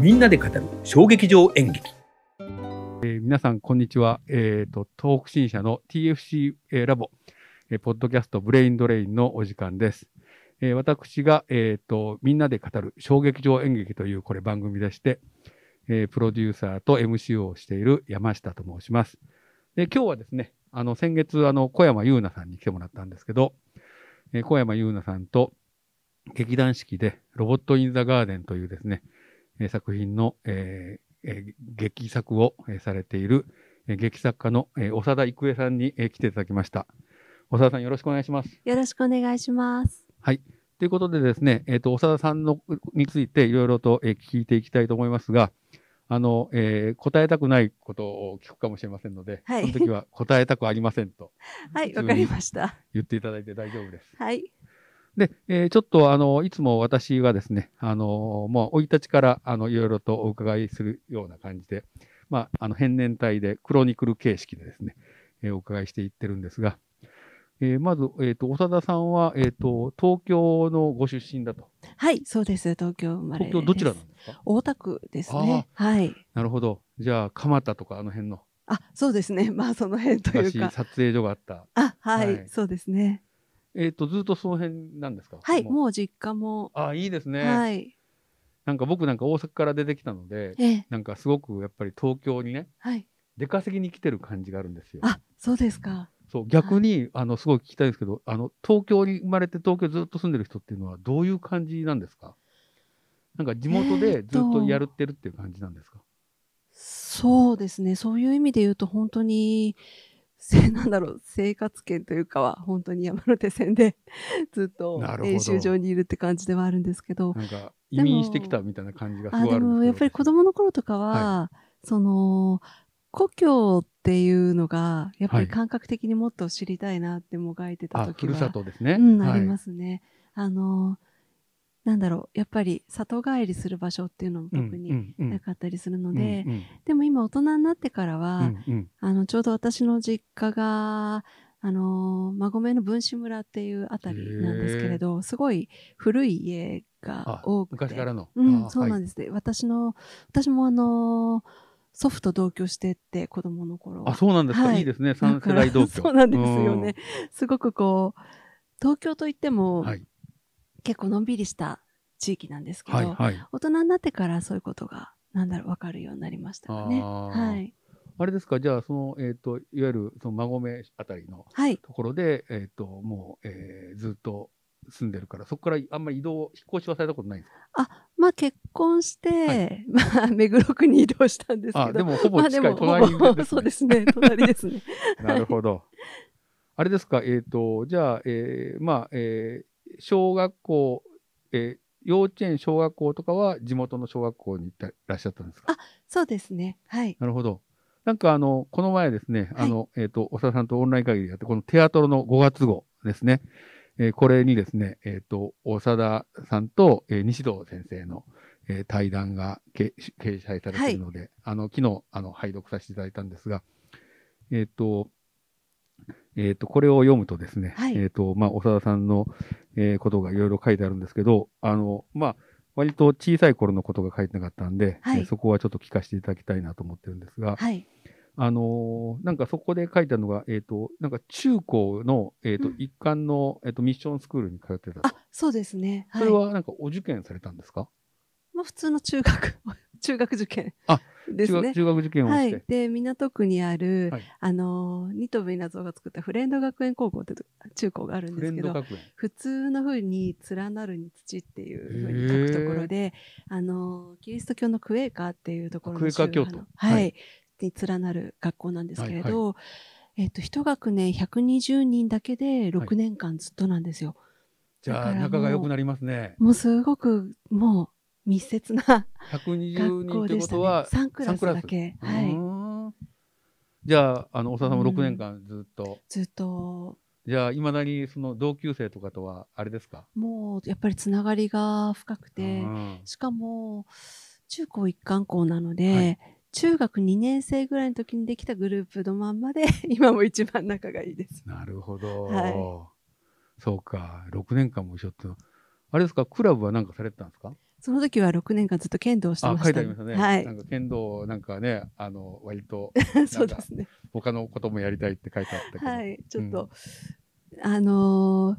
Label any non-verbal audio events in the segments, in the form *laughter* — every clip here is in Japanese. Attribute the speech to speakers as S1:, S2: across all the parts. S1: みんなで語る小劇場演劇
S2: えー皆さん、こんにちは。えっ、と、東北新社の TFC、えーラボ、えーポッドキャストブレインドレインのお時間です。えー私が、えっ、と、みんなで語る小劇場演劇という、これ番組でして、えープロデューサーと MC をしている山下と申します。で、今日はですね、あの、先月、あの、小山優奈さんに来てもらったんですけど、えー小山優奈さんと劇団四季で、ロボット・イン・ザ・ガーデンというですね、えー作品の、えーえー劇作を、えーされている、えー劇作家の、えー長田郁恵さんに、えー来ていただきました。長田さんよろしくお願いします。
S3: よろしくお願いします。
S2: ということでですね、えっ、と、長田さんのについていろいろと、えー聞いていきたいと思いますが、あの、えー答えたくないことを聞くかもしれませんので、
S3: はい
S2: その時は答えたくありませんと
S3: はい、わかりました。
S2: 言っていただいて大丈夫です。
S3: はい。
S2: で、えーちょっとあの、いつも私はですね、あの、もう生い立ちから、あの、いろいろとお伺いするような感じで、まあ、あの、変年体で、クロニクル形式でですね、えーお伺いしていってるんですが、えーまず、えっ、と、長田さんは、えっ、と、東京のご出身だと。
S3: はい、そうです。東京生まれで
S2: 東
S3: す。
S2: 京どちらなんですか
S3: 大田区ですね。はい。
S2: なるほど。じゃあ、蒲田とかあの辺の、
S3: あ、そうですね。 *laughs* まあその辺とい
S2: 昔
S3: うか。
S2: 撮影所があった。
S3: あ、はい、
S2: はい
S3: そうですね。
S2: えっ、と、ずっとその辺なんですか
S3: はい、
S2: う。
S3: もう実家も。
S2: ああ、いいですね。
S3: はい。
S2: なんか僕なんか大阪から出てきたので、
S3: ええ、
S2: なんかすごくやっぱり東京にね、
S3: はい。
S2: 出稼ぎに来てる感じがあるんですよ。
S3: あ、そうですか。
S2: そう逆にあのすごい聞きたいんですけど、あの東京に生まれて東京ずっと住んでる人っていうのはどういう感じなんですか？なんか地元でずっとやるってるっていう感じなんですか？
S3: そうですね。そういう意味で言うと本当に、せ *laughs* なんだろう生活圏というかは本当に山手線で *laughs* ずっと
S2: なるほど
S3: 練習場にいるって感じではあるんですけど
S2: なんか移民してきたみたいな感じがす
S3: あ
S2: ごいあ
S3: で
S2: るんですけど。
S3: もやっぱり子供の頃とかは、その故郷っていうのがやっぱ
S2: はい
S3: り感覚的にもっと知りたいなってもがいてた
S2: あ
S3: 時
S2: ふ
S3: は、
S2: るさとですね。。
S3: うん、ありますすね。あのなんだろうやっぱり里帰りする場所っていうのも
S2: うん
S3: 特
S2: う
S3: に
S2: んうん
S3: なかったりするの
S2: うん
S3: で、
S2: うん
S3: でも今大人になってからは、
S2: うんうん
S3: あのちょうど私の実家があの馬込の文子村っていうあたりなんですけれどすごい古い家
S2: あ
S3: が多くて
S2: 昔からの。
S3: うん、
S2: あ
S3: そうなん
S2: はい
S3: ですね。私の、私もあのー祖父と同居してって子供の頃は
S2: あそうなんですか。
S3: はい
S2: いいですね。三世代同居。
S3: だからそうなんですよね。すごくこう、東京といって
S2: うん。
S3: も、
S2: はい
S3: 結構のんびりした地域なんですけど、
S2: はいはい。
S3: 大人になってからそういうことが、なんだろう、わかるようになりましたかね。
S2: あー
S3: はい。
S2: あれですか。じゃあそのえっといわゆるその孫めあたりの
S3: はい。
S2: ところで、えっともう、えーずっと住んでるからそこからあんまり移動引っ越しはされたことないんですか
S3: まあ結婚して、
S2: は
S3: まあ目黒区に移動したんです
S2: あ
S3: け
S2: で
S3: ど、
S2: もほぼ
S3: まあ
S2: 近
S3: で
S2: い、
S3: も、
S2: 隣
S3: ほぼ
S2: です、ね、
S3: *laughs* そうですね、隣ですね。
S2: なるほどあれですかえっ、とじゃあ、えーまあ、えー小学校、えー幼稚園小学校とかは地元の小学校に行ってらっしゃったんですか
S3: あそうですね。はい。
S2: なるほどなんかあのこの前ですね、
S3: はい
S2: あのえっ、と長田さんとオンライン会議でやってこのテアトロの5月号ですねえーこれにですね、えっ、と、長田さんと、えー西堂先生の、えー対談がけ掲載されているので、あの、昨日、あの、拝読させていただいたんですが、えっ、と、えっ、と、これを読むとですね、
S3: はい
S2: えっ、と、まあ、長田さんの、えーことがいろいろ書いてあるんですけど、あの、まあ、割と小さい頃のことが書いてなかったんで、
S3: はい
S2: えーそこはちょっと聞かせていただきたいなと思ってるんですが、
S3: はい。
S2: あのーなんかそこで書いてあるのが、えっ、と、なんか中高の、えっ、と、
S3: うん
S2: 一貫の、えっ、と、ミッションスクールに通ってたと
S3: あ、そうですね。はい
S2: それはなんかお受験されたんですか、
S3: まあ、普通の中学 *laughs* 中学受験
S2: あ
S3: です
S2: 中
S3: ね
S2: 学。中学受験を
S3: は
S2: して。
S3: い、で港区にある、
S2: はい
S3: あのー、ニトベ稲造が作ったフレンド学園高校ってと中高があるん
S2: フ
S3: で
S2: レ
S3: す
S2: ン
S3: け
S2: ド
S3: ど
S2: 学園。
S3: 普通の風に連なるに土っていう風に書くところで、あのーキリスト教のクエーカーっていうところの
S2: クエーカー教徒
S3: 宗派のはい、
S2: はい
S3: に連なる学校なんですけれど、えっと一学年120人だけで6年間ずっとなんですよ。
S2: じゃ
S3: だ
S2: あ
S3: からもう
S2: 仲が良くなりますね。
S3: もうすごくもう密接な
S2: 120
S3: 学
S2: 人
S3: 校
S2: って
S3: で
S2: こ
S3: した
S2: と
S3: ね。
S2: は、
S3: 3クラスだけ。は
S2: う
S3: い。
S2: ーんじゃあ、あの、おささんも6年間ずっと。
S3: ずっと、
S2: じゃあ、いまだにその同級生とかとは、あれですか
S3: もうやっぱりつながりが深くて
S2: う、ん
S3: しかも、中高一貫校なので、
S2: はい
S3: 中学2年生ぐらいの時にできたグループのまんまで、 *laughs* 今も一番仲がいいです。
S2: なるほど。
S3: は
S2: そうか、6年間も一緒ってのは。あれですか、クラブは何かされてたんですか
S3: その時は6年間ずっと剣道をして
S2: あ
S3: ま
S2: 書
S3: し
S2: いて
S3: た
S2: あ
S3: ね、
S2: りましたね。
S3: はい
S2: なんか剣道なんかね、あの割と
S3: *laughs* そうですね。
S2: 他のこともやりたいって書いてあったけど。
S3: はい、ちょっと、あのー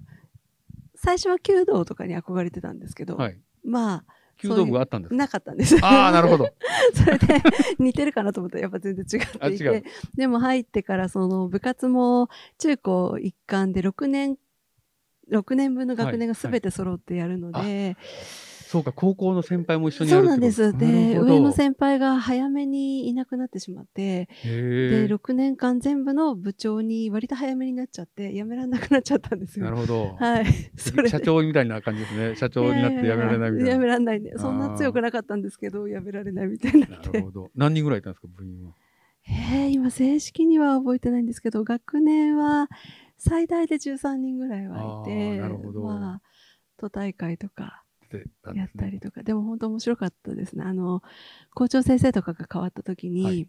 S3: 最初は弓道とかに憧れてたんですけど、
S2: はい。
S3: まあ
S2: 弓道部があったんですか。
S3: なかったんです。
S2: ああ、なるほど。
S3: *laughs* それで似てるかなと思ったらやっぱ全然違
S2: あ、
S3: ってい
S2: 違
S3: て
S2: う。
S3: でも入ってからその部活も中高一貫で6年6年分の学年が全て揃ってやるので、
S2: はいそうか、高校の先輩も一緒に
S3: そ
S2: や
S3: う
S2: る
S3: な
S2: っ
S3: ん
S2: てこと
S3: です。で
S2: なるほど
S3: 上の先輩が早めにいなくなってしまって、
S2: へ
S3: で6年間全部の部長に割と早めになっちゃって辞められなくなっちゃったんです
S2: え。な
S3: よ。
S2: るほど。
S3: はい、 *laughs* それで
S2: 社長みたいな感じですね。社長になって辞められないみた
S3: や
S2: い
S3: め
S2: な。
S3: られないね。そんな強くなかったんですけど、やめられないみたいにな
S2: な
S3: って
S2: る。ほど。何人ぐらいいたんですか、部員は。
S3: えー今正式には覚えてないんですけど学年は最大で13人ぐらいはい
S2: あ
S3: て
S2: ーなるほど
S3: まあ都大会とか
S2: ってたん
S3: や
S2: で
S3: っ
S2: すね
S3: たりとかで,、も本当面白かったですねあの校長先生とかが変わった時に、
S2: はい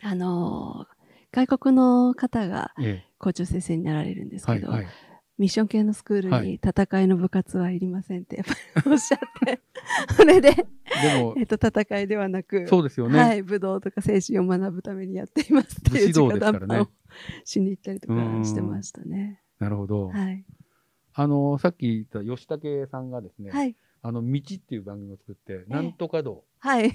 S3: あの外国の方が
S2: え
S3: 校長先生になられるんで
S2: え
S3: す
S2: は
S3: け
S2: い
S3: ど、
S2: はい。
S3: ミッション系のスクール
S2: はい
S3: に戦いの部活はいりませんってやっぱりおっしゃって、 *laughs* それで、
S2: でも
S3: えっと、戦いではなく
S2: そうですよ
S3: は
S2: ね。
S3: い、武道とか精神を学ぶためにやっていますっていう
S2: 武士道ですからね
S3: 直談判をしに行ったりとかしてましたね。
S2: なるほど。
S3: はい、
S2: あのさっき言った吉武さんがですね、
S3: はい、
S2: あの道っていう番組を作って、なんとか道。
S3: はい、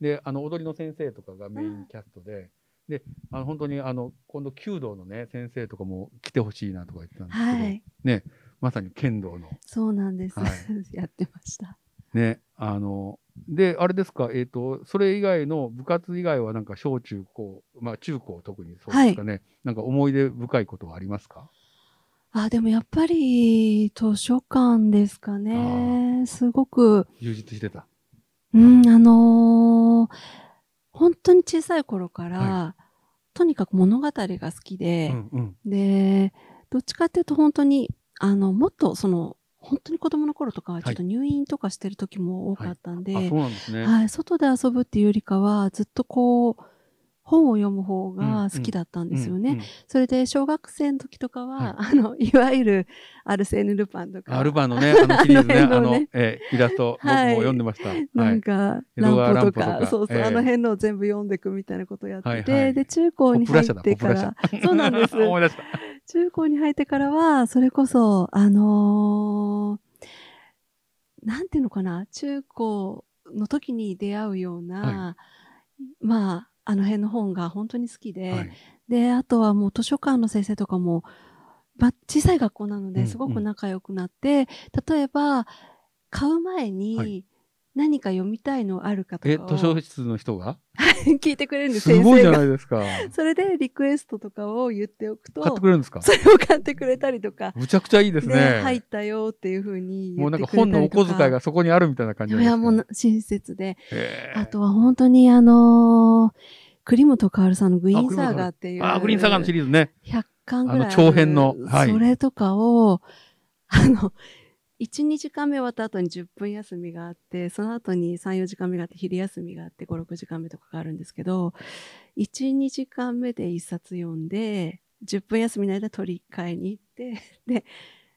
S2: であの踊りの先生とかがメインキャストで、であの本当にあの今度弓道のね先生とかも来てほしいなとか言ってたんですけど、
S3: はい、
S2: まさに剣道の
S3: そうなんです。
S2: は
S3: やってました。
S2: ねあのであれですかえっ、とそれ以外の部活以外はなんか小中高まあ中高特にそうですかね、なんか思い出深いことはありますか
S3: あ、でもやっぱり図書館ですかね。すごく、
S2: 充実してた
S3: うん、あのー本当に小さい頃から、
S2: は
S3: とにかく物語が好き
S2: う
S3: で、
S2: んうん
S3: で、どっちかっていうと本当に、あの、もっとその、本当に子供の頃とかはちょっと入院とかしてる時も多かったんで、
S2: あ
S3: はい
S2: そうなんですね、
S3: 外で遊ぶっていうよりかは、ずっとこう、本を読む方が好きだったんですよね。
S2: うんうん
S3: それで、小学生の時とかは、あの、いわゆる、アルセーヌ・ルパンとか、
S2: アルバの
S3: *laughs*
S2: ね、あのシリーズね、
S3: あ
S2: あ
S3: の辺
S2: の
S3: のね、
S2: えーイラスト、僕も
S3: はい
S2: 読んでました。はい。
S3: なんか、
S2: 江戸川
S3: ランポと
S2: 乱歩
S3: か、
S2: とか
S3: そうそう、
S2: ええ
S3: あの辺のを全部読んでいくみたいなことをやってて、
S2: はいはい
S3: で、中高に
S2: ポプ
S3: 入
S2: ラ社
S3: っ
S2: だ
S3: てか
S2: ポ
S3: ら、そうなんです。
S2: 思い出した。
S3: 中高に入ってからは、それこそ、あのーなんていうのかな、中高の時に出会うような、まあ、あの辺の本が本当に好きで、
S2: はい
S3: で、あとはもう図書館の先生とかも、まあ、小さい学校なの
S2: うんう
S3: で、
S2: ん
S3: すごく仲良くなって、例えば、買う前に、
S2: はい
S3: 何か読みたいのあるかと
S2: え、
S3: か
S2: 図書
S3: *laughs* を
S2: 室の人が
S3: 聞いてくれるんです、
S2: すごいじゃな
S3: 先生
S2: い
S3: が。
S2: ですか。
S3: それでリクエストとかを言っておくと、
S2: 買ってくれるんですか
S3: それを買ってくれたりとか、
S2: むちゃくちゃいいです
S3: で入っ
S2: ね。
S3: たよっていうふうに
S2: も
S3: 言
S2: う
S3: っ
S2: なん
S3: て
S2: か
S3: くれたりとか。
S2: 本のお小遣いがそこにあるみたいな感
S3: い
S2: じ
S3: や
S2: ないんです
S3: や
S2: か
S3: もう親切で、
S2: へー
S3: あとは本当にあのークリムトカールさんのグリーンサーガーっていう。
S2: あー、グリーンサガのシリーズ
S3: *laughs*
S2: ね。
S3: 100巻ぐらいある。
S2: あの長編のはい
S3: それとかを、あの、1、2時間目終わった後に10分休みがあって、その後に3、4時間目があって、昼休みがあって、5、6時間目とかがあるんですけど、1、2時間目で1冊読んで、10分休みの間取り替えに行って、 *laughs* で、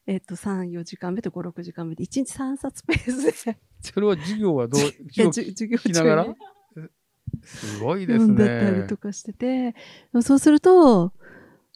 S3: えっと、3、4時間目と5、6時間目で、1日3冊ペー
S2: *laughs*
S3: スで、
S2: それは授業はどう、
S3: いや
S2: 授
S3: じ
S2: 業
S3: 授業
S2: 聞きながら
S3: 中に
S2: すごいで
S3: 読
S2: す
S3: んでたり
S2: ね
S3: と。かしてて、でもそうすると、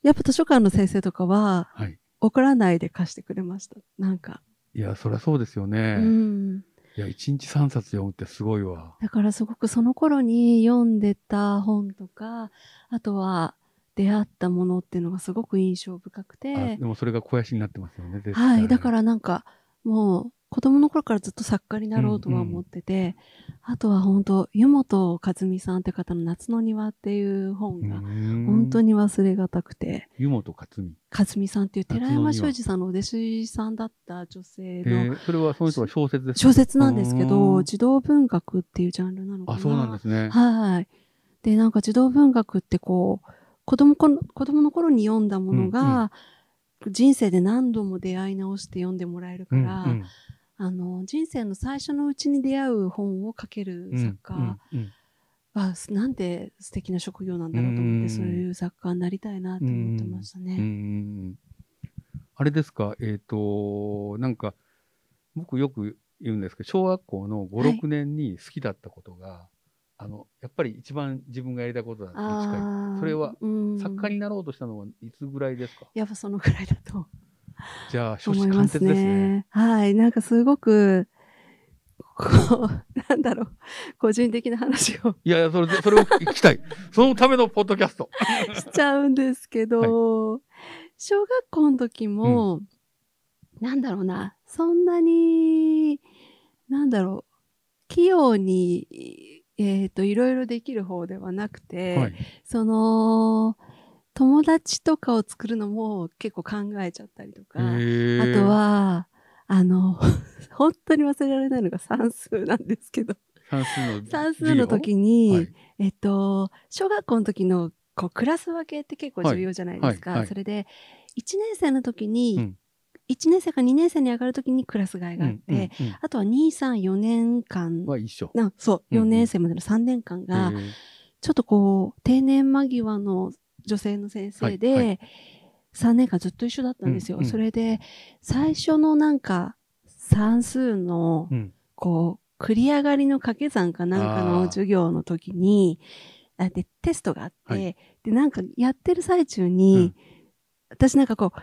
S3: やっぱ図書館の先生とかは、
S2: はい。
S3: 怒らないで貸してくれました。なんか。
S2: いや、そりゃそうですよ
S3: う
S2: ね。
S3: ん。
S2: いや、一日三冊読むってすごいわ。
S3: だからすごくその頃に読んでた本とか、あとは出会ったものっていうのがすごく印象深く
S2: あ
S3: て
S2: で、もそれが肥やしになってますよね、絶、
S3: はい。だかららなんか、もう子供の頃からずっと作家になろうとは思ってて、あとは本当湯本和美さんって方の夏の庭っていう本が、
S2: 本
S3: 本当に忘れがたくて、
S2: 湯本克美。
S3: 和美さんっていう寺山
S2: 夏の庭
S3: 修司さんのお弟子さんだった女性
S2: え
S3: の
S2: ー、それはその人は小説ですか
S3: 小説なんですけ
S2: うー
S3: ど、
S2: ん
S3: 児童文学っていうジャンルなのかな。
S2: あ、そうなんですね。
S3: はい。で、なんか児童文学ってこう、子供この子供の頃に読んだものが、人生で何度も出会い直して読んでもらえるか
S2: うん
S3: ら、
S2: うん
S3: あの、人生の最初のうちに出会う本を書ける
S2: うん
S3: 作家
S2: うんうん
S3: は、なんて素敵な職業なんだろうと思って、
S2: うん
S3: そういう作家になりたいなと思ってましたね。
S2: うんうんうんあれですか、えっ、と、なんか、僕よく言うんですけど、小学校の
S3: は
S2: 5、
S3: い
S2: 6年に好きだったことが、あの、やっぱり一番自分がやりたいことだに近い。
S3: あー
S2: それは
S3: うん
S2: 作家になろうとしたのはいつぐらいですか
S3: やっぱそのくらいだと
S2: じゃあ、書
S3: 思
S2: 士
S3: い
S2: 貫
S3: ま
S2: 徹
S3: す
S2: ですね。
S3: ね。はい。なんかすごく、こう、なんだろう、個人的な話を
S2: いやいや、それで、それを聞きた
S3: *laughs*
S2: い。そのためのポッドキャスト。
S3: しちゃうんですけど、小学校の時も、なんだろうな、そんなに、なんだろう、器用に、えっ、と、いろいろできる方ではなくて、
S2: はい。
S3: その、友達とかを作るのも結構考えちゃったりとか、
S2: へ
S3: あ
S2: ー
S3: と、は、あの、 *laughs* 本当に忘れられないのが算数なんですけど、
S2: 算数の授業。
S3: 算数の時に、えっと、小学校の時のこうクラス分けって結構重要じゃないですか。
S2: はいはいはい
S3: それで、1年生の時
S2: う
S3: に
S2: ん、
S3: 一1年生か2年生に上がる時にクラス替
S2: は
S3: えがあ
S2: い
S3: っ
S2: う
S3: て
S2: ん、うんうん
S3: あとは2、3、4年間、
S2: は一緒。
S3: なそう、
S2: うんうん
S3: 4年生までの3年間が、
S2: へー
S3: ちょっとこう、定年間際の女性の先生で、
S2: はいは
S3: 3年間ずっと一緒だったんですよ。
S2: うんうん
S3: それで、最初のなんか、算数の、
S2: うん
S3: こう、繰り上がりの掛け算かなんか
S2: あ
S3: の
S2: ー
S3: 授業の時に、あで、テストがあって、
S2: はい
S3: で、なんかやってる最中に、私なんかこう、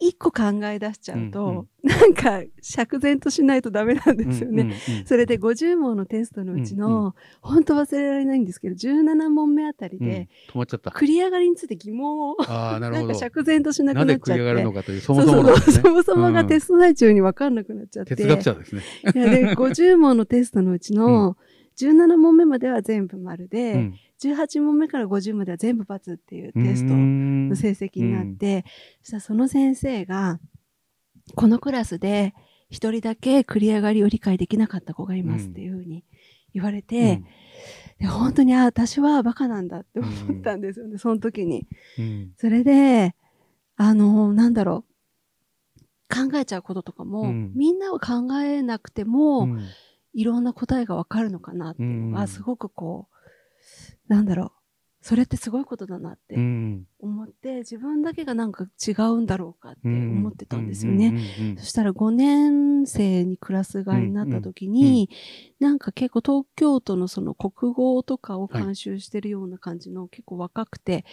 S3: 一個考え出しちゃうと、
S2: うんうん
S3: なんか釈然としないとダメなんですよね。
S2: うんうんうん
S3: それで50問のテストのうちの、
S2: うん
S3: 本当忘れられないんですけど、17問目あたり
S2: うん
S3: で、
S2: 止まっちゃった。
S3: 繰り上がりについて疑問を、
S2: ああ、なる
S3: なん
S2: ほ
S3: か
S2: ど。
S3: 釈然としなく
S2: な
S3: な
S2: ぜ
S3: っちゃ
S2: 繰り
S3: って。
S2: 上がるのかという、そ
S3: そ
S2: も
S3: う
S2: そもの
S3: そう
S2: で
S3: そう
S2: す
S3: そ
S2: ね。
S3: もそもがテスト内中に分かんなくなっちゃって。
S2: 哲学者ですね。
S3: いや
S2: *laughs*
S3: で、50問のテストのうちの、17問目までは全部丸で、
S2: うん
S3: 18問目から50までは全部×っていうテストの
S2: の
S3: 成績になって、そしたらその先生が、このクラスで一人だけ繰り上がりを理解できなかった子がいますっていうふうに言われて、で本当に、あ、私はバカなんだって思ったんですよね、その時に。それで、あのなんだろう。考えちゃうこととかも、
S2: うん
S3: みんなは考えなくても、いろんな答えがわかるのかなっていうの
S2: う
S3: が、
S2: ん
S3: すごくこう、なんだろう。それってすごいことだなって思って、自分だけがなんか違うんだろうかって思ってたんですよね。
S2: ね
S3: そしたら5年生にクラス替えになった時に、なんか結構東京都のその国語とかを監修してるような感じの結構若くて、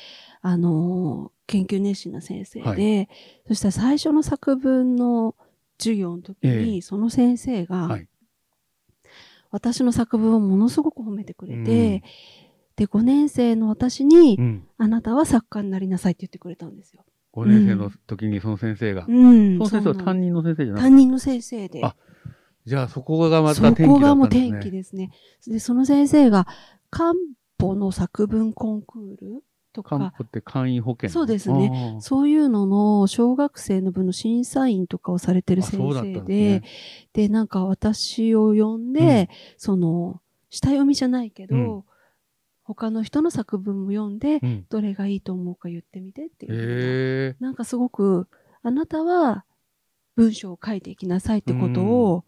S3: あのー研究熱心な先生で、
S2: は
S3: そしたら最初の作文の授業の時
S2: え
S3: に、その先生が
S2: はい、
S3: 私の作文をものすごく褒めてくれて、で、5年生の私に、あなたは作家になりなさいって言ってくれたんですよ。
S2: 5年生の時にその先生が、
S3: う
S2: そ
S3: ん。
S2: の先生は
S3: そうなん
S2: 担任の先生じゃなくて、
S3: 担任の先生で。
S2: あじゃあそこがまた
S3: そ
S2: 転機だ
S3: こ
S2: った
S3: がもうん
S2: です
S3: 天気
S2: ね。
S3: ですね。で、その先生が、漢方の作文コンクールと
S2: 漢
S3: か、
S2: 方って簡易保険
S3: そうですねそういうのの小学生の部の審査員とかをされて
S2: あー
S3: る
S2: あ
S3: 先
S2: そうだったん
S3: 生
S2: です
S3: で、
S2: ね
S3: で、なんか私を呼んで、その、下読みじゃないけど、
S2: うん
S3: 他の人の作文も読んで、
S2: うん
S3: どれがいいと思うか言ってみてっていうふうな
S2: へえ
S3: なんかすごく、あなたは文章を書いていきなさいってことを、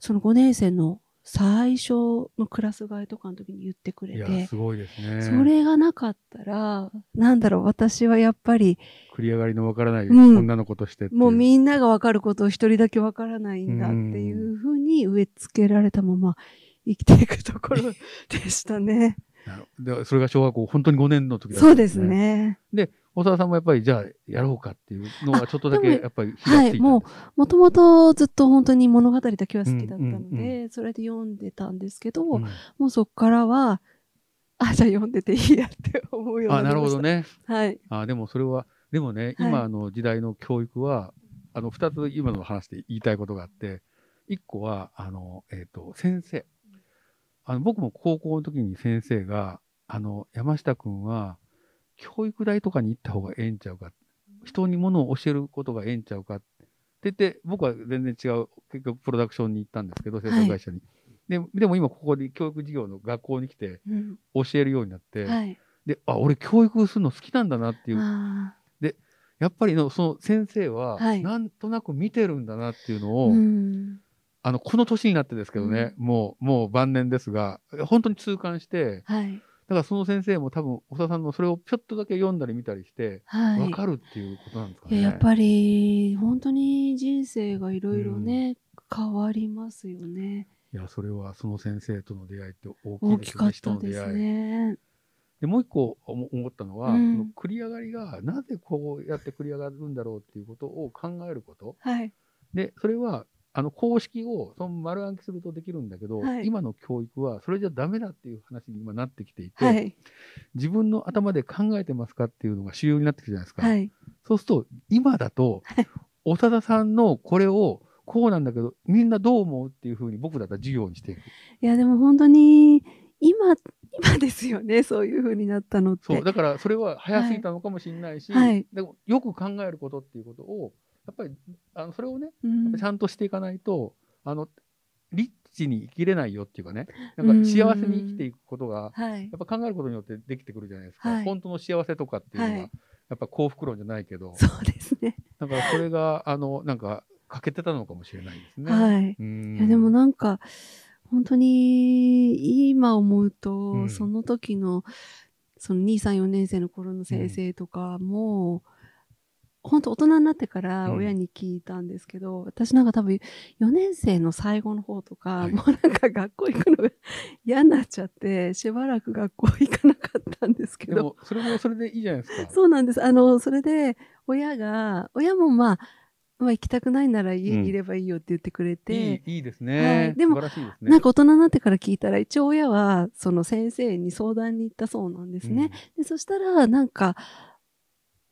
S3: その5年生の最初のクラス替えとかの時に言ってく
S2: い
S3: れ
S2: や
S3: て、
S2: すごいですね。
S3: それがなかったら、なんだろう、私はやっぱり、
S2: 繰り上がりのわからない
S3: うん
S2: 女の子としてってい
S3: もうみんながわかることを一人だけわからないんだっていうふうに植え付けられたまま生きていくと
S2: *laughs*
S3: ころでしたね。
S2: なるほどでそれが小学校、本当に5年の時だった
S3: そ
S2: ん
S3: うです。ね。
S2: 大沢さんもやっぱり、じゃあ、やろうかっていうのは、
S3: あ
S2: ちょっとだけ、
S3: でも
S2: やっぱり火がついたんです、
S3: はいもうもともとずっと本当に物語だけは好きだったので、
S2: うんうん
S3: それで読んでたんですけど、
S2: うん
S3: もうそこからは、あ、じゃあ読んでていいやって思うよう
S2: あ、
S3: に
S2: な
S3: なり
S2: る
S3: ま
S2: ほ
S3: した。
S2: どね。
S3: はい。
S2: あ、でもそれは、でもね、
S3: はい
S2: 今の時代の教育は、あの、二つ今の話で言いたいことがあって、一個は、あの、えっ、と、先生。あの、僕も高校の時に先生が、あの、山下くんは、教育大とかに行った方がええんちゃうか。人に物を教えることがええんちゃうかって言って、僕は全然違う、結局プロダクションに行ったんですけど、制作会社に。ででも今ここで教育事業の学校に来て
S3: うん
S2: 教えるようになって、
S3: はい。
S2: で、あ、俺教育するの好きなんだなっていう
S3: あ
S2: やっぱりのその先生は
S3: はい
S2: なんとなく見てるんだなっていうの
S3: あ。
S2: を、
S3: うん。
S2: あのこの年になってですけどね、もうもう晩年ですが本当に痛感して
S3: はい。
S2: だからその先生も多分小田さんのそれをちょっとだけ読んだり見たりして
S3: はい。
S2: 分かるっていうことなんですか
S3: い
S2: ね。
S3: ややっぱり、本当に人生がいろいろね、変わりますよね。
S2: いや、それはその先生との出会いって大きい
S3: 大
S2: で
S3: き
S2: す
S3: か
S2: ね、
S3: っ
S2: 人
S3: た
S2: の出
S3: です
S2: 会い。
S3: ね。
S2: でもう一個思思ったのは、
S3: うん
S2: その繰り上がりがなぜこうやって繰り上がるんだろうっていうことを考えること
S3: はい。
S2: でそれはあの公式をその丸暗記するとできるんだけど、
S3: はい
S2: 今の教育はそれじゃダメだっていう話に今なってきていて、
S3: はい。
S2: 自分の頭で考えてますかっていうのが主要になってきてるじゃないですか、
S3: はい。
S2: そうすると今だと長田さんのこれをこうなんだけどみんなどう思うっていうふうに僕だったら授業にしていく
S3: いや、でも本当に、今、今ですよね。そういう風になったのっ
S2: そ
S3: て
S2: う。だからそれは早すぎたのかもしれないし、
S3: はい
S2: でもよく考えることっていうことをやっぱりあのそれをね
S3: うん
S2: ちゃんとしていかないと、あのリッチに生きれないよっていうかねなんか幸せに生きていくことが
S3: はい。
S2: やっぱ考えることによってできてくるじゃないですか、
S3: はい
S2: 本当の幸せとかっていうのは、
S3: はい
S2: やっぱ幸福論じゃないけど
S3: そうですね。
S2: だからそれがあのなんか欠けてたのかもしれないですね。
S3: はい。
S2: うん
S3: いやでもなんか本当に今思うと、
S2: ん
S3: その時のその234年生の頃の先生とかも、本当大人になってから
S2: うん
S3: 親に聞いたんですけど、私なんか多分4年生の最後の方とか、
S2: はい
S3: もうなんか学校行くのが *laughs* 嫌になっちゃってしばらく学校行かなかったんですけ
S2: で
S3: ど
S2: もそれもそれでいいじゃないですか。
S3: そうなんです。あの、それで、親が、親もまあ、まあ行きたくないなら家
S2: うん
S3: にいればいいよって言ってくれて、
S2: いいいいですね、
S3: はいでも
S2: 素晴らしいですね。
S3: なんか大人になってから聞いたら、一応親は、その先生に相談に行ったそうなんですね。でそしたら、なんか、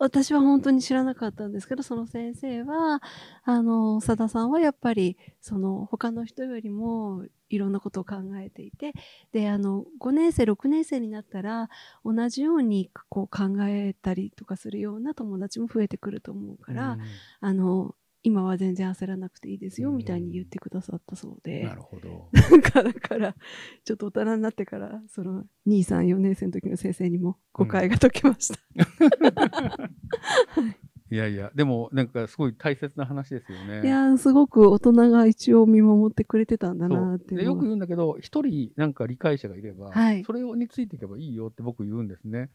S3: 私は本当に知らなかったんですけど、その先生は、あの、さださんはやっぱり、その、他の人よりも、いろんなことを考えていて、で、あの、5年生、6年生になったら、同じように、こう、考えたりとかするような友達も増えてくると思う
S2: う
S3: か
S2: ん
S3: ら、
S2: うん
S3: あの、今は全然焦らなくていいですよ、
S2: うん
S3: みたいに言ってくださったそうで。
S2: なるほど。
S3: なんかだからちょっと大人になってからその234年生の時の先生にも誤解が解けました、
S2: いやいやでもなんかすごい大切な話ですよね。
S3: いやーすごく大人が一応見守ってくれてたんだ
S2: そ
S3: なー
S2: う
S3: ってい
S2: で
S3: うの
S2: よ
S3: は
S2: く言うんだけど一人なんか理解者がいれば、
S3: はい
S2: それについていけばいいよって僕言うんですね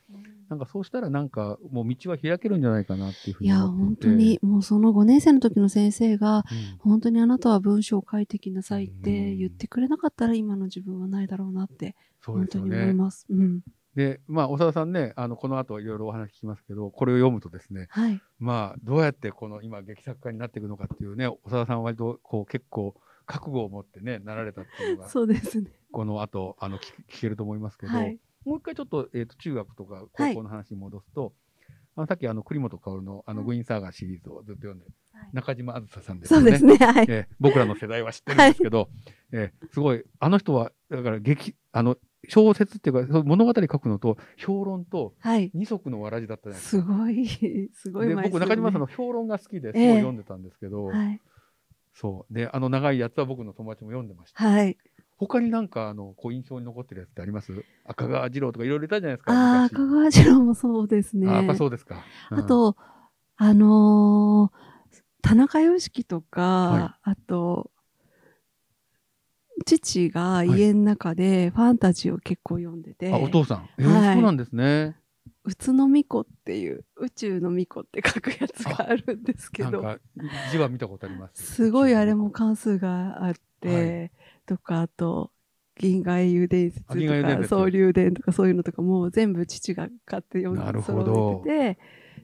S2: なんかそうしたらなんかもう道は開けるんじゃないかなっていうふう
S3: い
S2: に
S3: やー
S2: 思
S3: 本
S2: って
S3: 当
S2: いて
S3: にもうその5年生の時の先生が
S2: うん
S3: 本当にあなたは文章を書いてきなさいって
S2: うん
S3: 言ってくれなかったら今の自分はないだろうなって
S2: そう
S3: 本
S2: です
S3: 当
S2: よ
S3: に思い
S2: ね
S3: ます。うん、
S2: でまあ長田さんねあのこの後いろいろお話聞きますけどこれを読むとですね
S3: はい、
S2: まあどうやってこの今劇作家になっていくのかっていうね長田さんは割とこう結構覚悟を持ってねなられたっていうのが
S3: そうですね。
S2: この後あの聞聞けると思いますけど、
S3: はい、
S2: もう一回ちょっと,、えーと中学とか高校の話に戻すと、あのさっきあの栗本薫のあの
S3: はい
S2: グイーンサーガーシリーズをずっと読んでる、
S3: はい
S2: 中島あずささんです
S3: そ
S2: よ
S3: う
S2: ね
S3: ですね。はい、
S2: えー僕らの世代は知ってるんですけど、えーすごいあの人はだから劇あの小説っていうかその物語書くのと評論と
S3: はい、
S2: 二足のわらじだったじゃないです
S3: すごいすご
S2: か。
S3: い
S2: で
S3: 枚数
S2: 僕中島さん
S3: ね
S2: の評論が好きですご
S3: ええ
S2: い読んでたんですけど、
S3: はい
S2: そうであの長いやつは僕の友達も読んでました。
S3: はい、
S2: 他になんかあのこう印象に残ってるやつってあります赤川次郎とかいろいろいたじゃないですか
S3: ああ
S2: 昔
S3: ー香川次郎もそうですね。
S2: あやっぱそうですか。うん
S3: あと、あのー田中良樹とか、
S2: は
S3: あと、父が家の中でファンタジーを結構読んでて、
S2: あお父さん、えー
S3: はい
S2: そうなんですね。
S3: 宇都巫女っていう、宇宙の巫女って書くやつがあるんですけ
S2: なん
S3: ど、
S2: か字は見たことあります。
S3: すごいあれも関数があって、
S2: は
S3: とか、あと、銀河英雄伝説
S2: あ銀河英雄伝
S3: とか、
S2: 説
S3: 総流伝とかそういうのとかもう全部父が買って読ん
S2: な
S3: で
S2: るほど
S3: 揃えて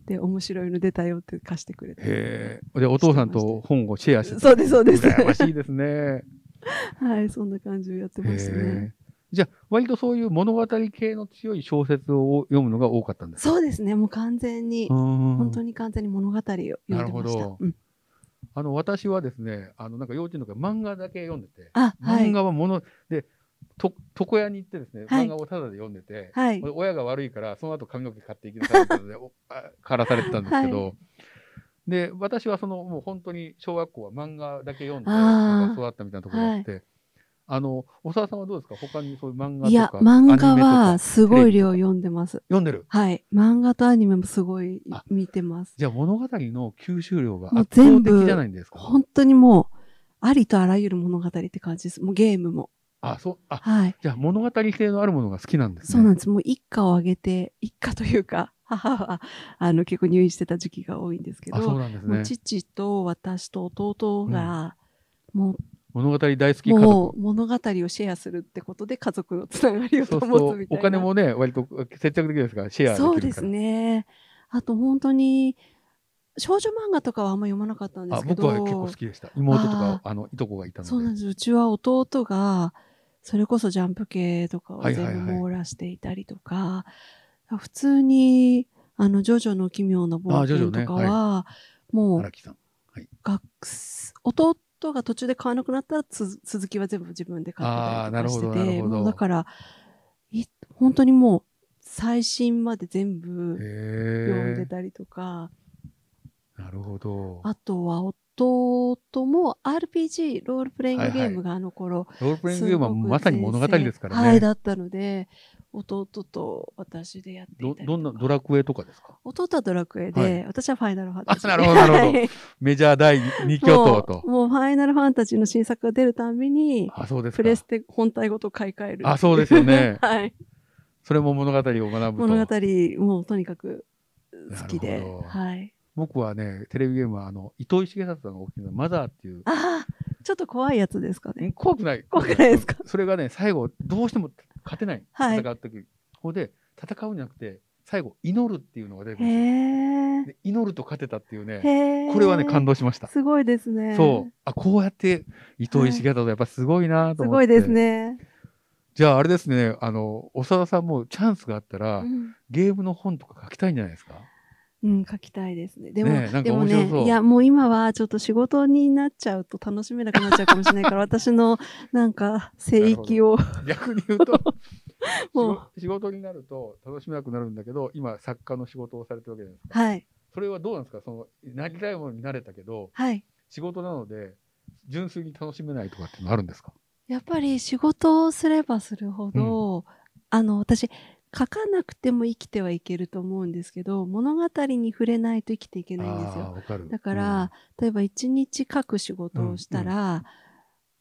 S3: て、で、面白いの出たよって貸してくれて。
S2: へえ。でお父さんと本をシェアしてた。
S3: そうです、そうです。
S2: 羨ましい
S3: *laughs*
S2: ですね。
S3: はい、そんな感じをやってました
S2: へ
S3: ね。
S2: え。じゃあ割とそういう物語系の強い小説を読むのが多かったんですか。
S3: そうですね、もう完全に、
S2: 本
S3: 本当に完全に物語を読んで
S2: な
S3: ま
S2: るほ
S3: した
S2: ど。
S3: うん
S2: あの私はですねあのなんか幼稚園の時は漫画だけ読んでて、
S3: あ、は
S2: 漫
S3: い。
S2: 画はものでと床屋に行ってですね
S3: はい
S2: 漫画をタダで読んでて。
S3: はい
S2: 俺。親が悪いからその後髪の毛買っていきなさいって
S3: *laughs*
S2: ことでおあからされてたんですけど、で私はそのもう本当に小学校は漫画だけ読んで
S3: あー
S2: なんか育ったみたいなところがあって、あの小沢さんはどうですか他にそういう漫画とか
S3: いや、漫画
S2: アニメ
S3: は
S2: とか
S3: すごい量読んでます。
S2: 読んでる
S3: はい。漫画とアニメもすごい
S2: あ
S3: 見てます。
S2: じゃあ物語の吸収量が
S3: もう
S2: 圧倒
S3: 全部
S2: 的じゃないんですか
S3: 本当にもう、ありとあらゆる物語って感じです。もうゲームも。
S2: あそうあ
S3: はい。
S2: じゃあ物語性のあるものが好きなんですね
S3: そうなんです。もう一家を挙げて、一家というか、 *laughs* 母は、あの、結構入院してた時期が多いんですけど、
S2: あそうなんです
S3: もう
S2: ね
S3: 父と私と弟が、も
S2: 物語大好
S3: う
S2: き家族。
S3: もう物語をシェアするってことで家族のつながりを
S2: そ
S3: 保
S2: うすると
S3: つみたい
S2: お
S3: な
S2: 金もね、割と節約できるんですから、シェアできるから。
S3: そうですねあと本当に少女漫画とかはあんま読まなかったんで
S2: あ
S3: すけ
S2: 僕
S3: ど
S2: は結構好きでした。妹とか
S3: あ、
S2: あの、いとこがいた
S3: そうなん
S2: ので。
S3: ですうちは弟がそれこそジャンプ系とかを
S2: はいはいはい
S3: 全部網羅していたりとか、普通にあの「ジョジョの奇妙な冒
S2: あジョジョ
S3: 険」
S2: ね
S3: とかは、もう
S2: 荒木さん。
S3: 学生弟が途中で買わなくなったらつ続きは全部自分で買ってたりと
S2: あ
S3: か
S2: ー
S3: し
S2: なるほどな
S3: て
S2: る
S3: て
S2: ほど
S3: もうだからい本当にもう最新まで全部読ん
S2: へ
S3: でたりとか
S2: え。なるほど。
S3: あとは弟も RPG ロールプレイング
S2: はい
S3: ゲ
S2: はい
S3: ームがあの頃、
S2: ロールプレイングゲームは
S3: すごく
S2: まさに物語ですからね。
S3: はい、だったので、弟と私でやってい
S2: ど
S3: た
S2: ど
S3: りとか
S2: んなドラクエとかですか
S3: 弟はドラクエで、
S2: はい
S3: 私はファイナルファンタジー。
S2: あなるほどなるほど
S3: はい
S2: メジャー第2巨頭と
S3: もう。もうファイナルファンタジーの新作が出るたんびに、
S2: あ、そうです
S3: プレス
S2: か。
S3: テ本体ごと買い替える。。
S2: あ、そうですよね
S3: はい。
S2: それも物語を学ぶ
S3: 物語
S2: と。、
S3: もうとにかく好き
S2: な
S3: で
S2: るほ。ど
S3: はい。
S2: 僕はね、テレビゲームは、あの、糸井重里さんがお好きなマザーっていう、
S3: ああ、ちょっと怖いやつですかね。
S2: 怖くない。
S3: 怖くないですか
S2: それがね、最後、どうしても勝てない。
S3: はい
S2: 戦うとき。ここで、戦うんじゃなくて、最後、祈るっていうのが出てく
S3: へ
S2: るんですよ
S3: え。
S2: で祈ると勝てたっていうね、
S3: へえ。
S2: これはね、感動しました。
S3: すごいですね。
S2: そう。あ、こうやって、糸井重里さん、やっぱすごいなと
S3: す
S2: 思っ
S3: ご
S2: て。
S3: いです。ね。
S2: じゃあ、あれですね、あの、長田さんもチャンスがあったら、
S3: うん
S2: ゲームの本とか書きたいんじゃない
S3: *laughs*
S2: ですか
S3: うん、書きたいですね。でも、
S2: ねえなん
S3: で
S2: か
S3: も
S2: 面白そう
S3: ね、いや、もう今はちょっと仕事になっちゃうと楽しめなくなっちゃうかもしれないから、私
S2: *laughs*
S3: のなんか、聖域を、
S2: 逆に言うと
S3: *laughs* もう
S2: 仕仕事になると楽しめなくなるんだけど今作家の仕事をされてるわけじゃないですか
S3: はい、
S2: それはどうなんですかそのなりたいものになれたけど
S3: はい。
S2: 仕事なので純粋に楽しめないとかってのあるんですか
S3: やっぱり仕事をすればするほど、あの、私、書かなくても生きてはいけると思うんですけど、物語に触れないと生きていけないんです
S2: あ
S3: よ
S2: ー。わかる
S3: だから、、例えば一日書く仕事をしたら、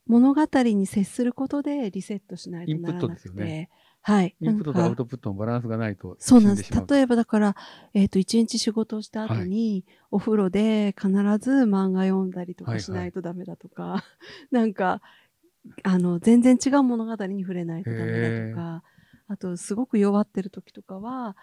S3: 物語に接することでリセットしないとならなくて。
S2: インプットですよね
S3: はい。
S2: うんインプットと
S3: な
S2: ア
S3: んか
S2: ウトプットのバランスがないと
S3: そうなんで
S2: 死
S3: す。
S2: でしま
S3: 例えばだから、えっ、と、一日仕事をした後に、お風呂で必ず漫画読んだりと
S2: はい
S3: か
S2: はい
S3: しないとダメだとか、 *laughs* なんか、あの、全然違う物語に触れないとダメだとか、あと、すごく弱ってる時とかは、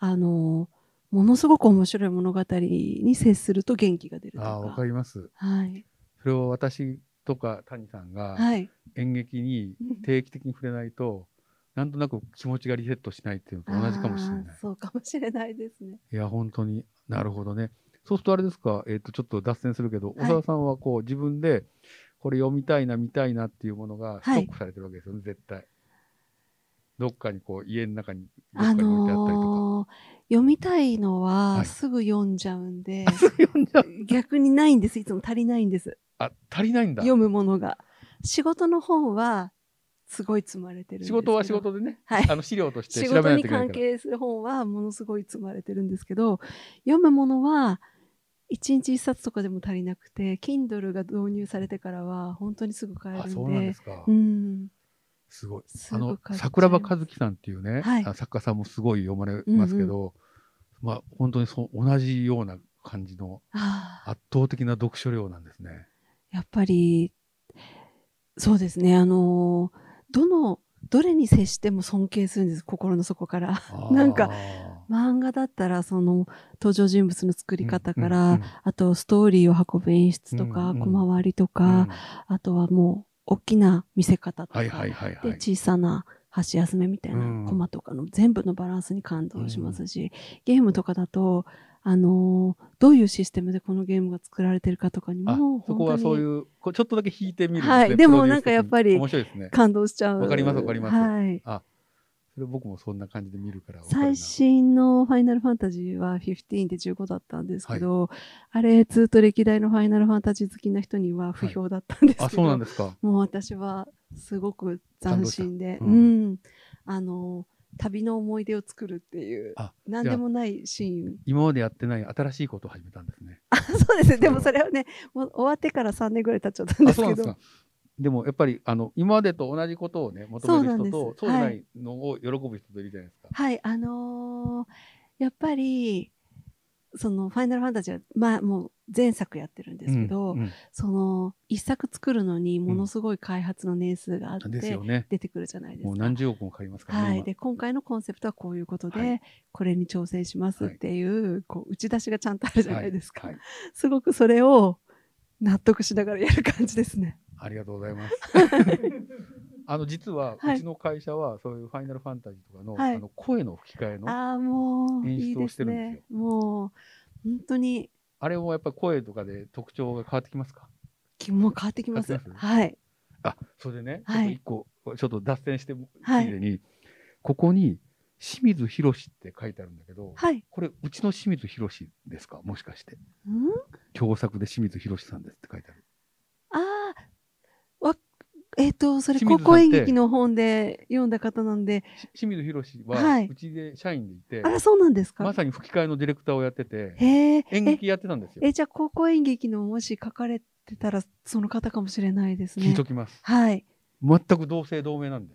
S3: あの、ものすごく面白い物語に接すると元気が出ると
S2: ああーわか
S3: か。
S2: ります
S3: はい。
S2: それを私とか谷さんが
S3: はい。
S2: 演劇に定期的に触れないと、なんとなく気持ちがリセットしないっていうの *laughs* と同じかもしれない
S3: あーそうかもしれないですね。
S2: いや、本当になるほどね。そうするとあれですか、えっ、と、ちょっと脱線するけど、
S3: はい
S2: 小沢さんはこう、自分で、これ読みたいな、見たいなっていうものがス
S3: は
S2: ト
S3: い
S2: ックされてるわけですよね、絶対。どっかにこう、家の中に、どっか
S3: あ
S2: に置いてあったりと
S3: のー読みたいの
S2: はい
S3: はすぐ読んじゃう
S2: *laughs*
S3: んで、
S2: か。読んじゃう
S3: 逆にないんです。いつも足りないんです。
S2: あ、足りないんだ。
S3: 読むものが。仕事の本は、すごい積まれてるんです
S2: 仕
S3: けど。
S2: 事は仕事でね、
S3: はい
S2: あの、資料として
S3: 仕
S2: 調べな
S3: 事
S2: いとい
S3: に
S2: けない
S3: 関
S2: から。
S3: 係する本はものすごい積まれてるんですけど、読むものは、一日一冊とかでも足りなくて、Kindle が導入されてからは、本当にすぐ買えるん
S2: あ、
S3: で。
S2: そうなんですか。
S3: うん
S2: すごい。
S3: す
S2: あ
S3: ぐ買
S2: の
S3: っちゃいま、す
S2: 桜庭和樹さんっていうね、
S3: はい
S2: あ作家さんもすごい読まれますけど、まあ、本当にそう同じような感じの
S3: ああ
S2: 圧倒的な読書量なんですね。
S3: やっぱり、そうですね。あのー、どの、どれに接しても尊敬するんです、心の底から。なんか
S2: あ
S3: 漫画だったらその登場人物の作
S2: ー、
S3: り方から、
S2: うんうん
S3: あとストーリーを運ぶ演出とか、
S2: うんうん
S3: 小回りと
S2: うんう
S3: か
S2: ん、
S3: あとはもう大きな見せ方とか、
S2: はいはいはいは
S3: で
S2: い。
S3: 小さな箸休めみたい
S2: うん
S3: なコマとかの全部のバランスに感動しますし、ゲームとかだと、あのーどういうシステムでこのゲームが作られてるかとかに
S2: あ
S3: も、
S2: そこは
S3: 本当
S2: そうい
S3: に
S2: う、こうちょっとだけ引いてみるんですね、
S3: はい
S2: プロ
S3: でも
S2: デュース的に
S3: なんかやっぱり
S2: 面白いですね。
S3: 感動しちゃう。
S2: わかりますわかります
S3: はい。
S2: それ僕もそんな感じで見るからわかるな
S3: 最新の「ファイナルファンタジー」は15で15だったんですけど、あれずっと歴代の「ファイナルファンタジー」好きな人には不評だったんですけど、
S2: あ、そうなんですか。
S3: もう私はすごく斬新
S2: 感動し
S3: で、
S2: たう
S3: うんんあの旅の思い出を作るっていう
S2: あ
S3: 何でもないシーン
S2: 今までやってない新しいことを始めたんですね。
S3: そうですねでもそれはねもう終わってから3年ぐらい経っちゃったんで
S2: あ、
S3: す
S2: そうな
S3: け
S2: んです
S3: ど
S2: か。でもやっぱりあの今までと同じことをね求める人とそ
S3: そうう
S2: じゃ
S3: な
S2: なん
S3: で
S2: いのを喜ぶ人といるじゃないですか。
S3: はいあのーやっぱりその「ファイナルファンタジーは」まあもう前作やってるんですけど、
S2: うんうん
S3: その一作作るのにものすごい開発の年数があっ
S2: です
S3: て
S2: よね。
S3: 出てくるじゃないですか。
S2: もう何十億もかかりますからね。
S3: はい、
S2: 今
S3: で今回のコンセプトはこういうことで、
S2: はい
S3: これに挑戦しますっていう,、こう打ち出しがちゃんとあるじゃないですか、
S2: はいはい
S3: すごくそれを納得しながらやる感じですね。
S2: ありがとうござい
S3: *laughs*
S2: ます。あの実は
S3: はいう
S2: ちの会社はそういうファイナルファンタジーとかの、
S3: はい
S2: あの声の吹き替え *laughs* のあ
S3: ああもう
S2: 演
S3: いい
S2: 出
S3: で
S2: をして
S3: す
S2: るんですよ
S3: ねもう本当に
S2: れもやっぱり声とかで特徴が変わってきますか。
S3: 気も変わってきます。
S2: 変わってます
S3: はい
S2: あ、それでね、
S3: は
S2: ち
S3: い
S2: ょっと一個ちょっと脱線しても
S3: はい
S2: ついでに、ここに清水博って書いてあるんだけど、
S3: はい、
S2: これうちの清水博ですかもしかして
S3: うん、
S2: 共作で清水博さんですって書いてある。
S3: ああわえっ、とそれ
S2: 清水
S3: 高
S2: さんって
S3: 校演劇の本で読んだ方なんで
S2: し清水博
S3: は
S2: はいはうちで社員でいて、
S3: あらそうなんですか、
S2: まさに吹き替えのディレクターをやってて
S3: へー
S2: 演
S3: え
S2: 劇やってたんですよ。
S3: えじゃあ高校演劇のもし書かれてたらその方かもしれないです
S2: 聞い
S3: ね
S2: と。きます。
S3: はい。
S2: 全く同姓同名なんで。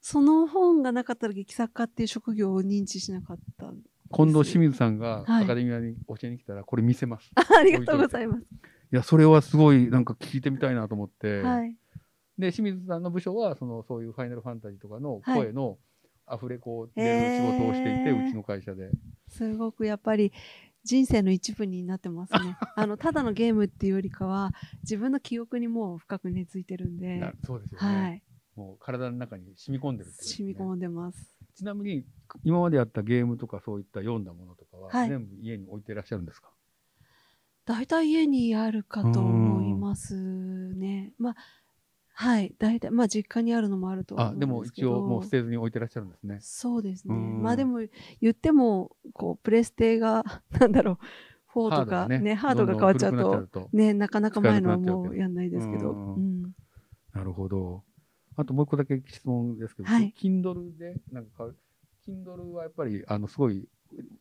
S3: その本がなかったら劇作家っていう職業を認知しなかった。 *laughs*
S2: 今度清水さんが
S3: はい
S2: アカデミアに教えに来たらこれ見せます。
S3: ありがとうございます。
S2: いや、それはすごいなんか聞いてみたいなと思って。
S3: はい。
S2: で、清水さんの部署は、その、そういうファイナルファンタジーとかの
S3: はい
S2: 声のアフレコを出る仕事をしていて、
S3: へー
S2: うちの会社で。
S3: すごくやっぱり人生の一部になってます
S2: *laughs*
S3: ね。あのただのゲームっていうよりかは自分の記憶にもう深く根付いてるんで、
S2: なそうですよね。
S3: はい、
S2: もう体の中に染み込んでるってことです
S3: 染
S2: ね、
S3: み込んでます。
S2: ちなみに、今までやったゲームとかそういった読んだものとかは、
S3: はい
S2: 全部家に置いてらっしゃるんですか
S3: 大体家にあるかと思いますね。まあはい、大体まあ実家にあるのもあると思
S2: あ、
S3: うん
S2: でも
S3: ですけ
S2: 一
S3: ど。
S2: 応もう捨てずに置いてらっしゃるんですね。
S3: そうですね。
S2: うん
S3: まあでも言ってもこうプレステが *laughs* なんだろう4とかねハードが変わっちゃ
S2: ど
S3: う
S2: んどん古
S3: と
S2: くなっちゃうと。
S3: ねなかなか前のはも
S2: 使
S3: うやんないですけど、
S2: う
S3: うんん
S2: なるほど。あともう一個だけ質問ですけど、
S3: はい
S2: Kindle でなんか買う、Kindle はやっぱりあのすごい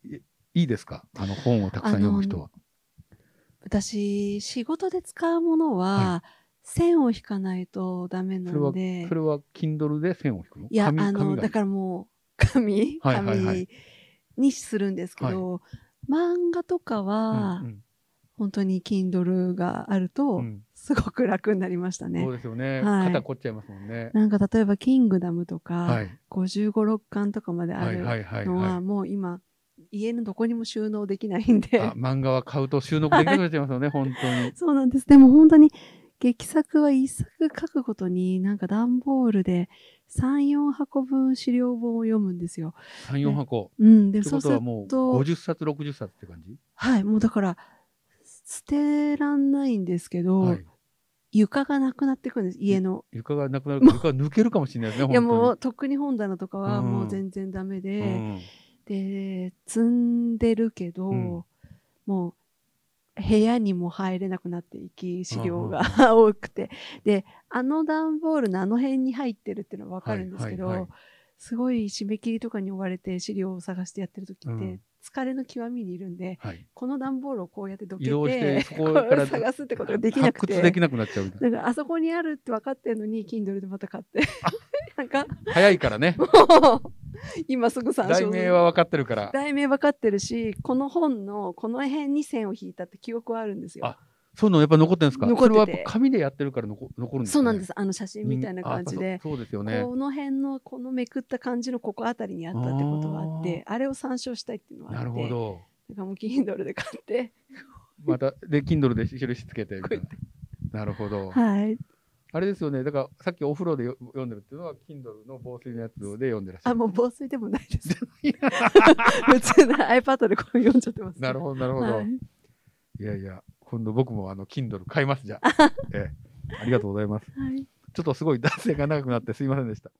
S2: いいいですかあの本をたくさん読む人は。
S3: 私仕事で使うものは、線を引かないとダメな
S2: それは
S3: んで
S2: それは Kindle で線を引くの
S3: いやあ
S2: 紙紙
S3: の
S2: が
S3: だからも
S2: *laughs*
S3: う紙
S2: はいはいはい
S3: 紙にするんですけど、漫画とかは、
S2: うん
S3: 本当に Kindle があ
S2: う
S3: る
S2: ん
S3: と
S2: うん
S3: すごく楽になりましたね。
S2: そうですよね、
S3: はい
S2: 肩凝っちゃいますもんね。
S3: なんか例えば「キングダム」とか、
S2: はい、
S3: 55、6巻とかまであ
S2: はい
S3: る
S2: はいはい
S3: のは
S2: は
S3: もう今家のどこにも収納できないん
S2: い。
S3: で
S2: あ漫画は買うと収録できなくなっちゃいますよね、本当に。
S3: そうなんですでも本当に劇作は一作書くごとになんか段ボールで34箱分資料本を読むんですよ。
S2: 3、4箱。
S3: うん、で
S2: って
S3: そ
S2: こ
S3: うす
S2: と
S3: る
S2: はもう
S3: と
S2: 50冊、60冊って感じ、
S3: はいもうだから捨てらんないんですけど、
S2: はい、
S3: 床がなくなってくんです家の。
S2: 床がなくなる床が抜けるかもしれないですね、
S3: いや
S2: 本当に。
S3: もうとっくに本棚とかはもう全然ダメで。で積んでるけど、
S2: うん
S3: もう部屋にも入れなくなっていき資料が *laughs* 多くてであの段ボールのあの辺に入ってるっていうのは分かるんですけど、
S2: はいはいはい
S3: すごい締め切りとかに追われて資料を探してやってる時って、
S2: うん
S3: 疲れの極みにいるんで
S2: うんはい、
S3: この段ボールをこうやってどけ
S2: 移動して
S3: *laughs* て
S2: そこから
S3: 探すってことができなく
S2: 発掘で
S3: て
S2: き。なくなっちゃうみたい
S3: なんかあそこにあるって分かってるのに Kindle でまた買って
S2: *laughs*
S3: なんか *laughs*
S2: な早いからね
S3: もう今すぐ参照す
S2: 題
S3: る
S2: 名は分かってるから
S3: 題名分かってるしこの本のこの辺に線を引いたって記憶はあるんです
S2: あ
S3: よ。
S2: そういうのやっぱ残ってるんですか
S3: 残ってて
S2: それはやっぱ紙でやってるから残残るんですかね、
S3: そうなんですすあの写真みたいな感じで、
S2: そうそうですよね
S3: この辺のこのめくった感じのここあたりにあったってことがあってあれを参照したいっていうのはあっ
S2: な
S3: て
S2: るほど
S3: だからもう Kindle で買って
S2: またで Kindle で印つけてみたい
S3: こ
S2: ななるほど、
S3: はい
S2: あれですよねだからさっきお風呂でよ読んでるっていうのは Kindle の防水のやつで読んでらっしゃ
S3: あ
S2: る
S3: もう防水でもないです *laughs* 普通の iPad でこれ読んじゃってます、
S2: なるほどなるほど、
S3: はい
S2: い、やいや今度僕もあの Kindle
S3: *laughs*
S2: 買いますじゃあ、ええ、ありがとうございます
S3: はい
S2: ちょっとすごい男性が長くなってすいませんでした。